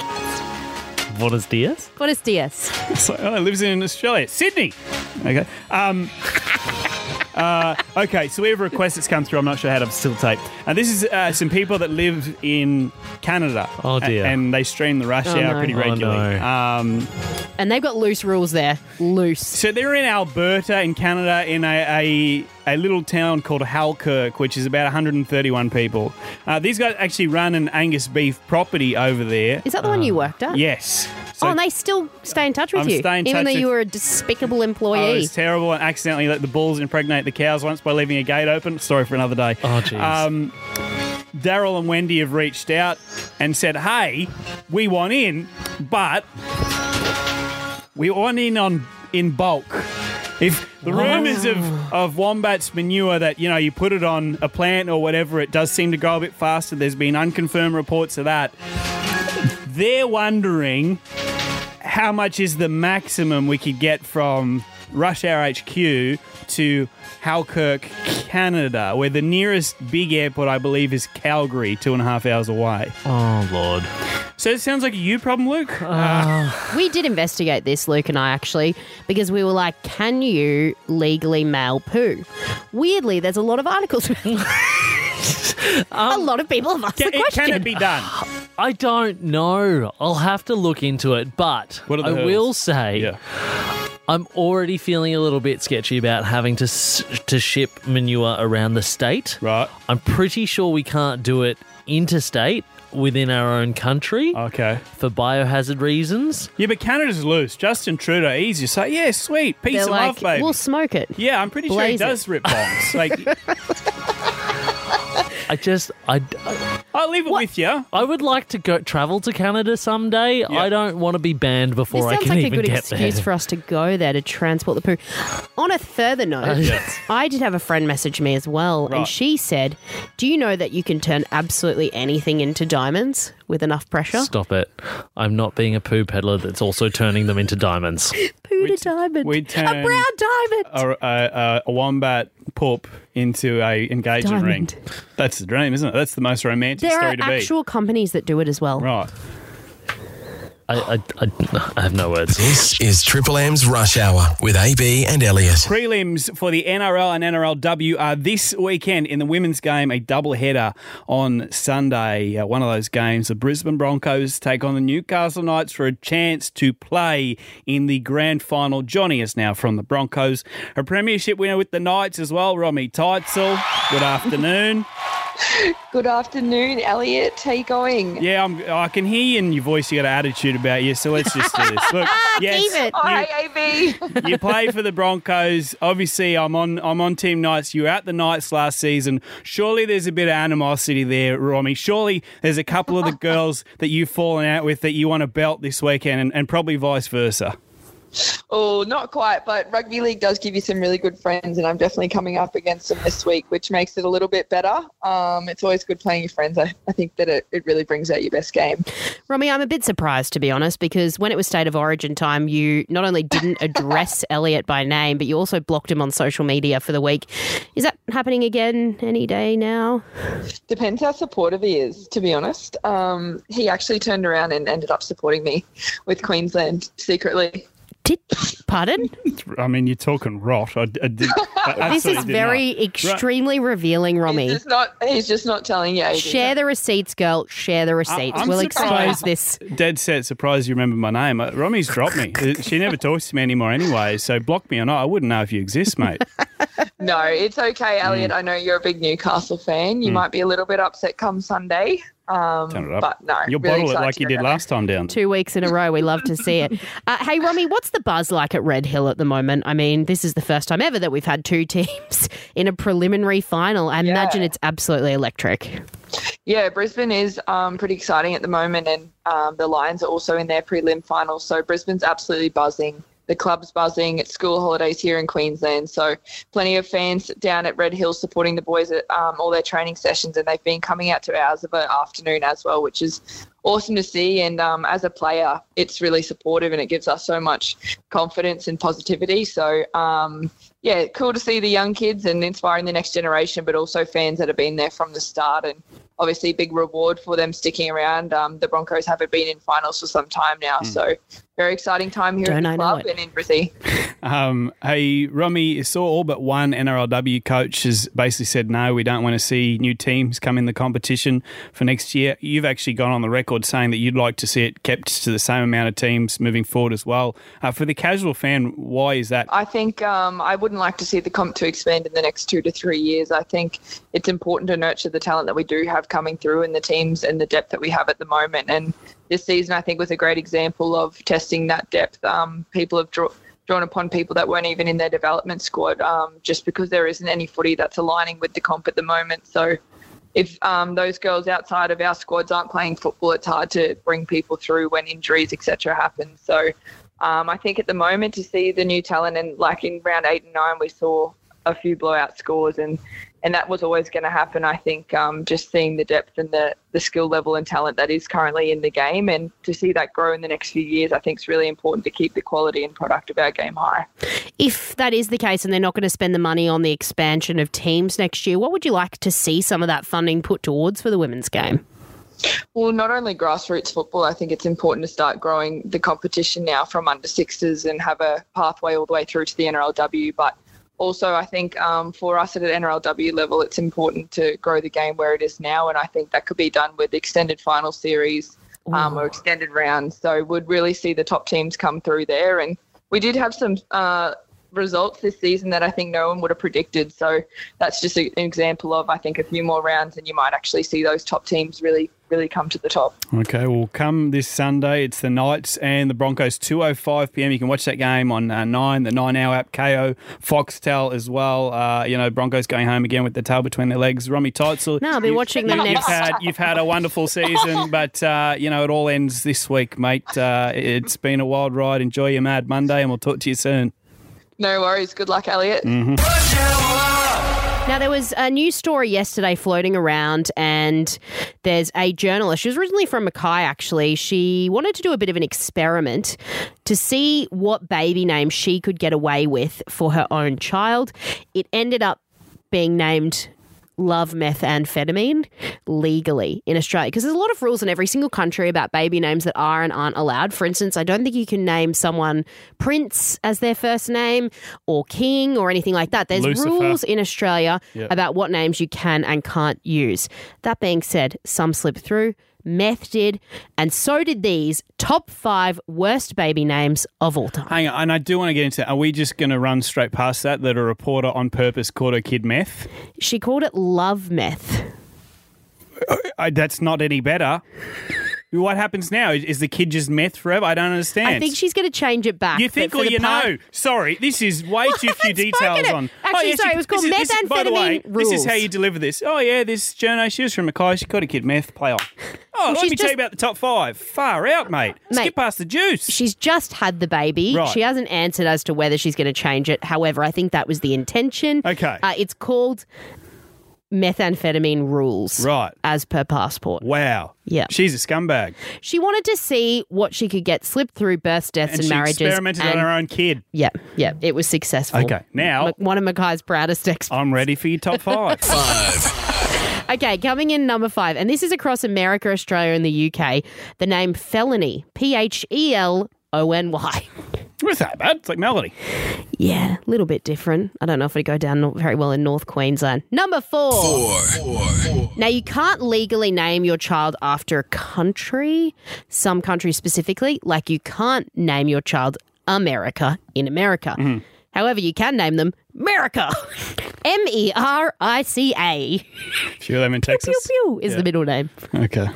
Speaker 4: Buenos Dias?
Speaker 3: Buenos dias.
Speaker 2: It's like, oh, it lives in Australia, Sydney. Okay. Um, uh, okay, so we have requests that's come through. I'm not sure how to facilitate. And this is uh, some people that live in Canada.
Speaker 4: Oh,
Speaker 2: a-
Speaker 4: dear.
Speaker 2: And they stream the rush
Speaker 3: Oh,
Speaker 2: hour
Speaker 3: no.
Speaker 2: pretty
Speaker 3: Oh,
Speaker 2: regularly.
Speaker 4: no.
Speaker 2: um,
Speaker 3: And they've got loose rules there. Loose.
Speaker 2: so they're in Alberta, in Canada, in a, a, a little town called Halkirk, which is about 131 people. Uh, these guys actually run an Angus beef property over there.
Speaker 3: Is that the one you worked at?
Speaker 2: Yes. Ah. So
Speaker 3: oh, and they still stay in touch with
Speaker 2: I'm
Speaker 3: you.
Speaker 2: staying in
Speaker 3: even
Speaker 2: touch
Speaker 3: though
Speaker 2: with-
Speaker 3: you were a despicable
Speaker 2: Oh,
Speaker 3: employee.
Speaker 2: it's terrible. And accidentally let the bulls impregnate the cows once by leaving a gate open. Story for another day.
Speaker 4: Oh, jeez.
Speaker 2: Um, Daryl and Wendy have reached out and said, "Hey, we want in, but we want in on in bulk." If the rumours of, of wombat's manure that you know you put it on a plant or whatever, it does seem to grow a bit faster. There's been unconfirmed reports of that. They're wondering how much is the maximum we could get from Rush Hour HQ to Halkirk, Canada, where the nearest big airport, I believe, is Calgary, two and a half hours away.
Speaker 4: Oh, Lord.
Speaker 2: So it sounds like a you problem, Luke.
Speaker 3: Uh,
Speaker 2: Uh,
Speaker 3: We did investigate this, Luke and I actually, because we were like, can you legally mail poo? Weirdly, there's a lot of articles. about it. a lot of people have asked
Speaker 2: Ca-
Speaker 3: the
Speaker 2: it,
Speaker 3: question.
Speaker 2: can it be done?
Speaker 4: I don't know. I'll have to look into it, but
Speaker 2: What are the
Speaker 4: I
Speaker 2: hurdles?
Speaker 4: will say I'm already feeling a little bit sketchy about having to s- to ship manure around the state.
Speaker 2: Right.
Speaker 4: I'm pretty sure we can't do it interstate within our own country
Speaker 2: Okay.
Speaker 4: for biohazard reasons.
Speaker 2: Yeah, but Canada's loose. Justin Trudeau, easy. So, yeah, sweet. Peace
Speaker 3: They're
Speaker 2: and
Speaker 3: like,
Speaker 2: love, baby.
Speaker 3: we'll smoke it.
Speaker 2: yeah, I'm pretty sure he
Speaker 3: blaze it.
Speaker 2: does rip bombs. Like,
Speaker 4: I just I
Speaker 2: I'll leave it with you.
Speaker 4: I would like to go travel to Canada someday. I don't want to be banned
Speaker 3: This
Speaker 4: before I
Speaker 3: sounds
Speaker 4: can
Speaker 3: like a
Speaker 4: even
Speaker 3: good
Speaker 4: get
Speaker 3: excuse
Speaker 4: there.
Speaker 3: for us to go there to transport the poo. On a further note, I did have a friend message me as well,
Speaker 2: Right.
Speaker 3: and she said, Do you know that you can turn absolutely anything into diamonds with enough pressure?
Speaker 4: Stop it. I'm not being a poo peddler that's also turning them into diamonds.
Speaker 3: Poo to diamond.
Speaker 2: we turn-
Speaker 3: a brown diamond.
Speaker 2: A, a, a, a wombat poop into a engagement
Speaker 3: Diamond.
Speaker 2: ring. That's the dream, isn't it? That's the most romantic
Speaker 3: there are
Speaker 2: story to be.
Speaker 3: actual companies that do it as well.
Speaker 2: Right.
Speaker 4: I, I, I, I have no words.
Speaker 1: This is Triple M's Rush Hour with AB and Elliot.
Speaker 2: Prelims for the NRL and NRLW are this weekend in the women's game, a double header on Sunday. Uh, one of those games, the Brisbane Broncos take on the Newcastle Knights for a chance to play in the grand final. Johnny is now from the Broncos. A premiership winner with the Knights as well, Romy Teitzel. Good afternoon.
Speaker 8: Good afternoon, Elliot. How you going?
Speaker 2: Yeah, I'm, I can hear you in your voice. You got an attitude about you, so let's just do this. Look, yes,
Speaker 3: Ah, Keep it.
Speaker 8: Oh,
Speaker 2: you-
Speaker 8: hey, AV.
Speaker 2: you play for the Broncos. Obviously, I'm on I'm on Team Knights. You were at the Knights last season. Surely there's a bit of animosity there, Romy. Surely there's a couple of the girls that you've fallen out with that you want to belt this weekend, and, and probably vice versa.
Speaker 8: oh, not quite, but rugby league does give you some really good friends, and I'm definitely coming up against them this week, which makes it a little bit better. Um, it's always good playing your friends. I, I think that it, it really brings out your best game.
Speaker 3: Romy, I'm a bit surprised to be honest, because when it was State of Origin time, you not only didn't address Elliot by name, but you also blocked him on social media for the week. Is that happening again any day now?
Speaker 8: Depends how supportive he is, to be honest. Um, he actually turned around and ended up supporting me with Queensland secretly.
Speaker 3: Did pardon?
Speaker 2: I mean, you're talking rot. I, I did,
Speaker 3: This is
Speaker 2: absolutely did
Speaker 3: very
Speaker 2: not.
Speaker 3: extremely revealing,
Speaker 8: He's
Speaker 3: Romy.
Speaker 8: just not. He's just not telling you. Adrian.
Speaker 3: Oh, Share the receipts, girl. Share the receipts.
Speaker 2: I'm
Speaker 3: we'll expose
Speaker 2: surprised-
Speaker 3: this.
Speaker 2: Dead set surprised you remember my name. Uh, Romy's dropped me. Uh, She never talks to me anymore anyway, so block me or not, I wouldn't know if you exist, mate.
Speaker 8: No, it's okay,
Speaker 2: Hmm.
Speaker 8: Elliot. I know you're a big Newcastle fan. You might be a little bit upset come Sunday. Um,
Speaker 2: Turn it up.
Speaker 8: But no,
Speaker 2: You'll
Speaker 8: really
Speaker 2: bottle it
Speaker 8: excited
Speaker 2: like you
Speaker 8: to
Speaker 2: did
Speaker 8: remember.
Speaker 2: last time down.
Speaker 3: Two weeks in a row. We love to see it. Uh, hey, Romy, what's the buzz like at Red Hill at the moment? I mean, this is the first time ever that we've had two teams in a preliminary final. I imagine it's absolutely electric.
Speaker 8: Yeah, Brisbane is um, pretty exciting at the moment, and um, the Lions are also in their prelim final. So Brisbane's absolutely buzzing. The club's buzzing. It's school holidays here in Queensland, so plenty of fans down at Red Hill supporting the boys at um, all their training sessions, and they've been coming out to hours of an afternoon as well, which is awesome to see. And um, as a player, it's really supportive, and it gives us so much confidence and positivity. So um, yeah, cool to see the young kids and inspiring the next generation, but also fans that have been there from the start and obviously big reward for them sticking around. Um, the Broncos haven't been in finals for some time now, so very exciting time here
Speaker 3: Don't
Speaker 8: in
Speaker 3: I
Speaker 8: the
Speaker 3: know
Speaker 8: club
Speaker 3: it.
Speaker 8: and in Brizzy.
Speaker 2: Um, hey, Romy, saw all but one NRLW coach has basically said, no, we don't want to see new teams come in the competition for next year. You've actually gone on the record saying that you'd like to see it kept to the same amount of teams moving forward as well. Uh, for the casual fan, why is that?
Speaker 8: I think um, I wouldn't like to see the comp to expand in the next two to three years. I think it's important to nurture the talent that we do have coming through and the teams and the depth that we have at the moment. And this season, I think, was a great example of testing that depth. Um, people have draw, drawn upon people that weren't even in their development squad um, just because there isn't any footy that's aligning with the comp at the moment. So if um, those girls outside of our squads aren't playing football, it's hard to bring people through when injuries, etc., happen. So um, I think at the moment to see the new talent and like in round eight and nine, we saw a few blowout scores and and that was always going to happen. I think um, just seeing the depth and the the skill level and talent that is currently in the game, and to see that grow in the next few years, I think is really important to keep the quality and product of our game high.
Speaker 3: If that is the case and they're not going to spend the money on the expansion of teams next year, what would you like to see some of that funding put towards for the women's game?
Speaker 8: Well, not only grassroots football, I think it's important to start growing the competition now from under sixes and have a pathway all the way through to the NRLW. But also, I think um, for us at an NRLW level, it's important to grow the game where it is now. And I think that could be done with extended final series um, or extended rounds. So, would really see the top teams come through there. And we did have some. Uh, results this season that I think no one would have predicted. So that's just a- an example of I think a few more rounds and you might actually see those top teams really really come to the top.
Speaker 2: Okay, well, come this Sunday. It's the Knights and the Broncos, 2.05 p.m. You can watch that game on uh, 9, the 9-hour app, KO, Foxtel as well. Uh, you know, Broncos going home again with the tail between their legs. Romy Teitzel.
Speaker 3: No, I'll be
Speaker 2: you-
Speaker 3: watching them
Speaker 2: you-
Speaker 3: next.
Speaker 2: You've had, you've had a wonderful season, but, uh, you know, it all ends this week, mate. Uh, it's been a wild ride. Enjoy your Mad Monday, and we'll talk to you soon.
Speaker 8: No worries. Good luck, Elliot.
Speaker 3: Now, there was a news story yesterday floating around, and there's a journalist. She was originally from Mackay, actually. She wanted to do a bit of an experiment to see what baby name she could get away with for her own child. It ended up being named love methamphetamine legally in Australia because there's a lot of rules in every single country about baby names that are and aren't allowed. For instance, I don't think you can name someone Prince as their first name or King or anything like that. There's
Speaker 2: Lucifer.
Speaker 3: rules in Australia
Speaker 2: Yeah.
Speaker 3: about what names you can and can't use. That being said, some slip through. Meth did, and so did these top five worst baby names of all time.
Speaker 2: Hang on, and I do want to get into that. Are we just going to run straight past that, that a reporter on purpose called her kid meth?
Speaker 3: She called it love meth.
Speaker 2: I, that's not any better. what happens now? Is, is the kid just meth forever? I don't understand.
Speaker 3: I think she's going to change it back.
Speaker 2: You
Speaker 3: but
Speaker 2: think
Speaker 3: for
Speaker 2: or
Speaker 3: the
Speaker 2: you
Speaker 3: part-
Speaker 2: know? Sorry, this is way too few
Speaker 3: haven't spoken
Speaker 2: details
Speaker 3: it.
Speaker 2: on. Oh,
Speaker 3: Actually, sorry,
Speaker 2: you-
Speaker 3: it was called
Speaker 2: this is- this is- by the way,
Speaker 3: methamphetamine
Speaker 2: This is how
Speaker 3: rules.
Speaker 2: you deliver this. Oh yeah, this journo, she was from Mackay. She got a kid meth. Play on. Oh, let
Speaker 3: she's
Speaker 2: me tell
Speaker 3: just-
Speaker 2: you about the top five. Far out, mate.
Speaker 3: Mate,
Speaker 2: Skip past the juice.
Speaker 3: She's just had the baby.
Speaker 2: Right.
Speaker 3: She hasn't answered as to whether she's going to change it. However, I think that was the intention.
Speaker 2: Okay.
Speaker 3: Uh, it's called methamphetamine rules.
Speaker 2: Right.
Speaker 3: As per passport.
Speaker 2: Wow.
Speaker 3: Yeah.
Speaker 2: She's a scumbag,
Speaker 3: She wanted to see what she could get slipped through births, deaths,
Speaker 2: and,
Speaker 3: and,
Speaker 2: she
Speaker 3: marriages.
Speaker 2: experimented
Speaker 3: and- Oh,
Speaker 2: on her own kid.
Speaker 3: Yeah, yeah. It was successful.
Speaker 2: Okay, Oh. now-
Speaker 3: Mac- one of Mackay's proudest ex
Speaker 2: I'm ready for your top five.
Speaker 3: Okay, coming in number five, and this is across America, Australia, and the UK. The name felony, P H E L O N Y.
Speaker 2: It was that bad. It's like Melody.
Speaker 3: Yeah, a little bit different. I don't know if it'd go down nor- very well in North Queensland. Number four. Now, you can't legally name your child after a country, some countries specifically. Like, you can't name your child America in America. However, you can name them America. M E R I C A. Pew,
Speaker 2: Few of them in Texas.
Speaker 3: pew is the middle name.
Speaker 2: Okay.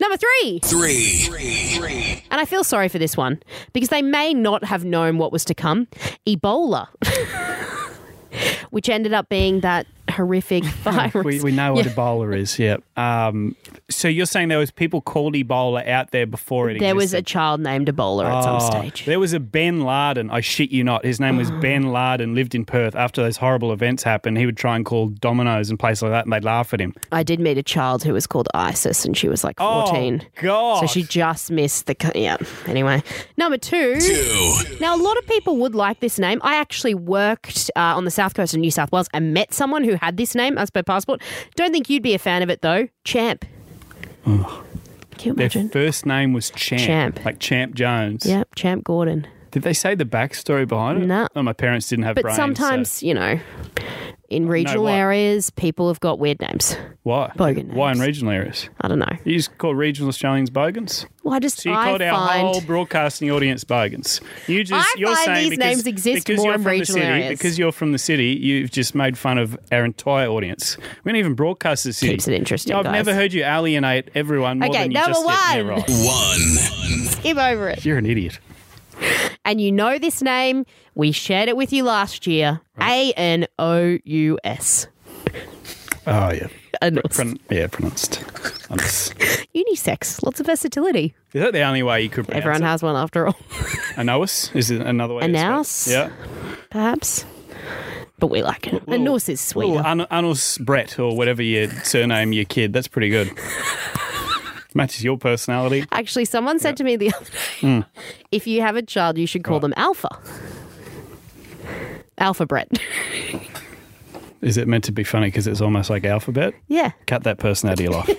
Speaker 3: Number three.
Speaker 1: Three.
Speaker 3: And I feel sorry for this one because they may not have known what was to come Ebola, which ended up being that horrific virus.
Speaker 2: We, we know what Ebola is, yeah. Um, so you're saying there was people called Ebola out there before it
Speaker 3: there was a
Speaker 2: existed?
Speaker 3: child named Ebola at some
Speaker 2: Oh,
Speaker 3: stage.
Speaker 2: There was a Ben Laden. I shit you not. His name was Ben Laden. Lived in Perth. After those horrible events happened, he would try and call Domino's and places like that, and they'd laugh at him.
Speaker 3: I did meet a child who was called Isis and she was like
Speaker 2: Oh,
Speaker 3: 14.
Speaker 2: God.
Speaker 3: So she just missed the. cu- Yeah. Anyway. Number two. Now, a lot of people would like this name. I actually worked uh, on the south coast of New South Wales and met someone who had this name as per passport. Don't think you'd be a fan of it though. Champ. Can you
Speaker 2: Their
Speaker 3: imagine?
Speaker 2: first name was Champ,
Speaker 3: Champ.
Speaker 2: like Champ Jones.
Speaker 3: Yep, Champ Gordon.
Speaker 2: Did they say the backstory behind it?
Speaker 3: No.
Speaker 2: Oh, my parents didn't have
Speaker 3: But
Speaker 2: brains. so-
Speaker 3: sometimes, you know, in regional
Speaker 2: what?
Speaker 3: areas, people have got weird names.
Speaker 2: why?
Speaker 3: Bogan
Speaker 2: Why in
Speaker 3: names.
Speaker 2: regional areas?
Speaker 3: I don't know.
Speaker 2: You just call regional Australians bogans.
Speaker 3: Well, I just
Speaker 2: So you
Speaker 3: I
Speaker 2: called our
Speaker 3: find
Speaker 2: whole broadcasting audience bogans. You just
Speaker 3: I
Speaker 2: you're
Speaker 3: find
Speaker 2: saying
Speaker 3: these
Speaker 2: because,
Speaker 3: names exist
Speaker 2: because
Speaker 3: more
Speaker 2: you're
Speaker 3: in
Speaker 2: from the
Speaker 3: regional
Speaker 2: city,
Speaker 3: areas.
Speaker 2: Because you're from the city, you've just made fun of our entire audience. We don't even broadcast the city.
Speaker 3: Keeps it interesting,
Speaker 2: You know, I've
Speaker 3: guys.
Speaker 2: never heard you alienate everyone more
Speaker 3: Okay,
Speaker 2: than you
Speaker 3: number
Speaker 2: just did. Yeah,
Speaker 3: one.
Speaker 2: right.
Speaker 3: skip over it.
Speaker 2: You're an idiot.
Speaker 3: And you know this name. We shared it with you last year. A N O U S.
Speaker 2: Oh yeah.
Speaker 3: Anus.
Speaker 2: Pron- Mm, yeah, pronounced. Anus.
Speaker 3: Unisex. Lots of versatility.
Speaker 2: Is that the only way you could pronounce
Speaker 3: Everyone
Speaker 2: it?
Speaker 3: has one after all,
Speaker 2: Anus? Is it another way? to spell it?
Speaker 3: Anus?
Speaker 2: Yeah.
Speaker 3: perhaps. But we like it. Anus is sweet.
Speaker 2: Little An- Anus Brett or whatever you surname your kid. That's pretty good. Matches your personality.
Speaker 3: Actually, someone said to me the other day,
Speaker 2: Mm.
Speaker 3: if you have a child, you should call
Speaker 2: Right.
Speaker 3: them Alpha. Alpha Brett.
Speaker 2: Is it meant to be funny because it's almost like alphabet?
Speaker 3: yeah.
Speaker 2: Cut that person out of your life.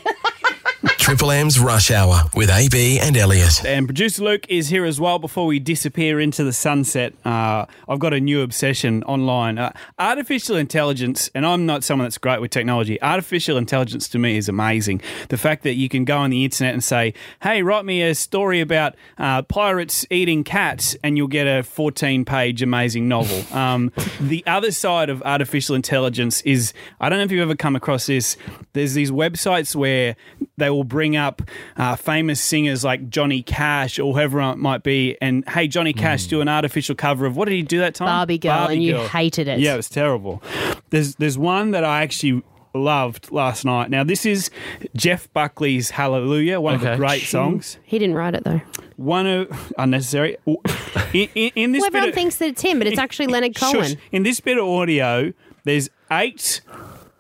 Speaker 1: Triple M's Rush Hour with AB and Elliot.
Speaker 2: and producer Luke is here as well. Before we disappear into the sunset, uh, I've got a new obsession online. Uh, artificial intelligence, and I'm not someone that's great with technology. Artificial intelligence to me is amazing. The fact that you can go on the internet and say, "Hey, write me a story about uh, pirates eating cats," and you'll get a 14-page amazing novel. Um, the other side of artificial intelligence is I don't know if you've ever come across this. There's these websites where they will bring up uh, famous singers like Johnny Cash or whoever it might be, and hey, Johnny Cash, do an artificial cover of what did he do that time?
Speaker 3: Hmm. Barbie Girl, and you hated it.
Speaker 2: Yeah, it was terrible. There's there's one that I actually loved last night. Now this is Jeff Buckley's Hallelujah, one of
Speaker 4: Okay.
Speaker 2: the great songs.
Speaker 3: He didn't write it, though.
Speaker 2: One of unnecessary. In, in, in this
Speaker 3: Well,
Speaker 2: bit
Speaker 3: everyone
Speaker 2: of-
Speaker 3: thinks that it's him, but it's actually Leonard
Speaker 2: Shush.
Speaker 3: Cohen.
Speaker 2: In this bit of audio, there's eight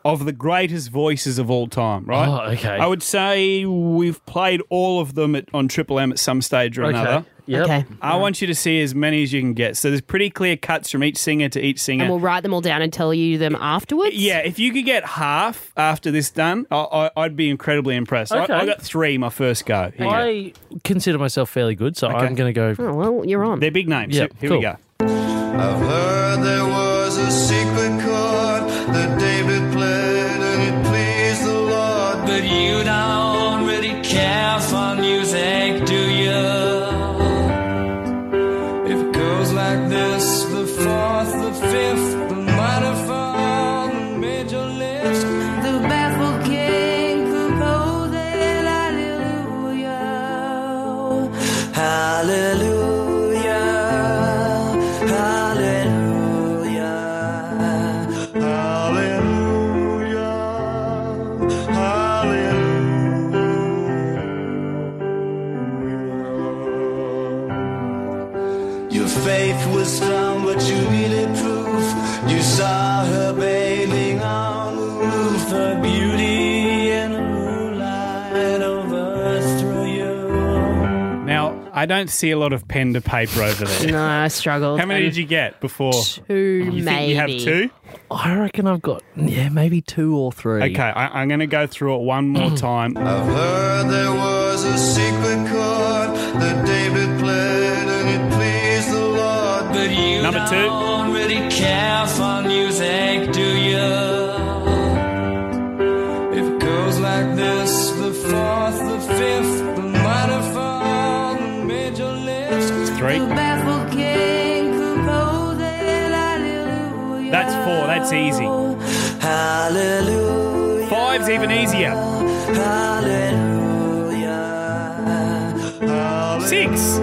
Speaker 2: of the greatest voices of all time, right?
Speaker 4: Oh, okay.
Speaker 2: I would say we've played all of them at, on Triple M at some stage or another.
Speaker 4: Yep.
Speaker 3: Okay.
Speaker 2: I want you to see as many as you can get. So there's pretty clear cuts from each singer to each singer.
Speaker 3: And we'll write them all down and tell you them afterwards.
Speaker 2: yeah, if you could get half after this done, I, I, I'd be incredibly impressed.
Speaker 4: Okay.
Speaker 2: I, I got three my first go. Here you go.
Speaker 4: I consider myself fairly good, so I'm going to go.
Speaker 3: Oh, well, you're on.
Speaker 2: They're big names.
Speaker 4: Yeah,
Speaker 2: Here- here
Speaker 4: cool.
Speaker 2: we go.
Speaker 9: I've heard there was a secret chord that David played and it pleased the Lord.
Speaker 10: But you don't really care for music, do you? It goes like this the fourth, the fifth, the minor fall, the major lift.
Speaker 5: The baffled king composed an hallelujah. Hallelujah. Hallelujah.
Speaker 9: Hallelujah. Hallelujah. Your faith was found, but you needed proof. You saw her bathing on the roof.
Speaker 10: The beauty in the moonlight overthrew you.
Speaker 2: Now, I don't see a lot of pen to paper over there.
Speaker 3: no, I struggled.
Speaker 2: How many did you get before?
Speaker 3: Two,
Speaker 2: You think
Speaker 3: maybe.
Speaker 2: you have two?
Speaker 4: I reckon I've got yeah, maybe two or three.
Speaker 2: Okay, I, I'm going to go through it one more time.
Speaker 9: I've heard there was a secret chord that David played and it pleased the Lord.
Speaker 2: Number two.
Speaker 10: don't really care for music, do you? If it goes like this, the fourth, the fifth, the minor fall, the major lift.
Speaker 2: Three.
Speaker 5: Baffled king composed hallelujah.
Speaker 2: That's four. That's easy.
Speaker 5: Hallelujah.
Speaker 2: Five's even easier. Six.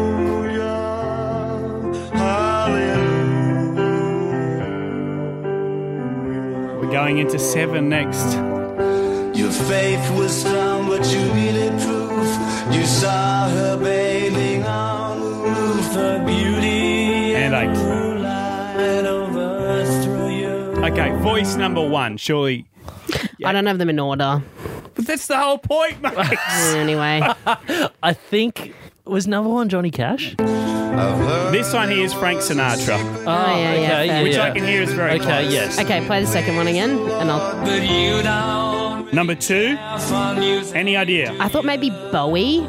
Speaker 2: We're going into seven next.
Speaker 9: Your faith was found, but you needed proof. You saw her bathing on the roof, her beauty
Speaker 2: And eight.
Speaker 9: and overthrew you.
Speaker 2: Okay, voice number one. Surely.
Speaker 3: I don't have them in order.
Speaker 2: But that's the whole point, mate.
Speaker 3: Oh, Anyway,
Speaker 2: Oh,
Speaker 4: I think was number one Johnny Cash. Oh,
Speaker 2: this one here is Frank Sinatra,
Speaker 3: Oh, yeah, yeah,
Speaker 4: okay,
Speaker 3: fair.
Speaker 2: which I can hear is very
Speaker 4: Okay,
Speaker 2: close.
Speaker 4: yes.
Speaker 3: okay, play the second one again, and I'll.
Speaker 10: But you don't
Speaker 2: Number two.
Speaker 10: care for music.
Speaker 2: Any idea?
Speaker 3: I thought maybe Bowie.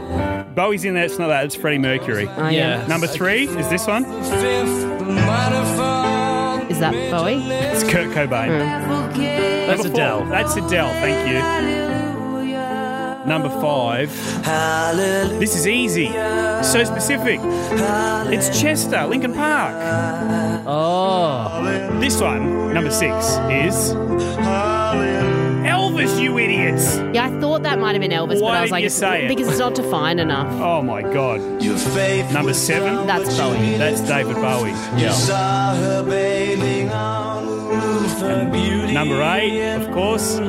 Speaker 2: Bowie's in there. It's not that. It's Freddie Mercury.
Speaker 3: Oh, yeah.
Speaker 4: Yeah.
Speaker 2: Number three is this one.
Speaker 10: The fifth, the minor fall,
Speaker 3: Is that
Speaker 10: major
Speaker 3: Bowie?
Speaker 10: lift.
Speaker 2: It's Kurt Cobain.
Speaker 5: Baffled king
Speaker 4: That's
Speaker 2: Number four.
Speaker 4: Adele.
Speaker 2: That's Adele. Thank you.
Speaker 5: hallelujah.
Speaker 2: Number five. This is easy. So specific. It's Chester, Lincoln Park.
Speaker 4: Oh,
Speaker 2: This one, number six, is Elvis. You idiots!
Speaker 3: Yeah, I thought that might have been Elvis, but
Speaker 2: Why
Speaker 3: I was
Speaker 2: didn't
Speaker 3: like,
Speaker 2: you
Speaker 3: it's-
Speaker 2: say it?
Speaker 3: because it's not defined enough.
Speaker 2: Oh my God.
Speaker 9: Your faith
Speaker 2: Number seven.
Speaker 3: That's Bowie.
Speaker 2: That's David Bowie. Yeah.
Speaker 9: saw her bathing on the roof, her beauty
Speaker 2: Number eight, of course.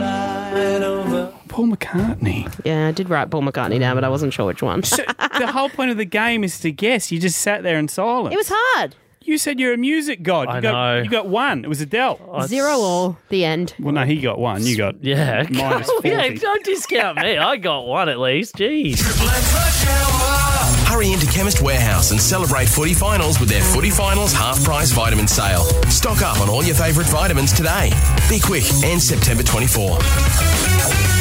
Speaker 2: Paul McCartney.
Speaker 3: Yeah, I did write Paul McCartney down, but I wasn't sure which one.
Speaker 2: So the whole point of the game is to guess. You just sat there in silence.
Speaker 3: It was hard.
Speaker 2: You said you're a music god.
Speaker 4: I
Speaker 2: you got,
Speaker 4: know. Oh.
Speaker 2: You got one. It was Adele.
Speaker 3: Zero all. The end.
Speaker 2: Well, no, he got one. You got
Speaker 4: yeah.
Speaker 2: minus forty.
Speaker 4: Yeah, don't discount me. I got one at least. Jeez.
Speaker 1: Hurry into Chemist Warehouse and celebrate footy finals with their footy finals half price vitamin sale. Stock up on all your favourite vitamins today. Be quick and September 24.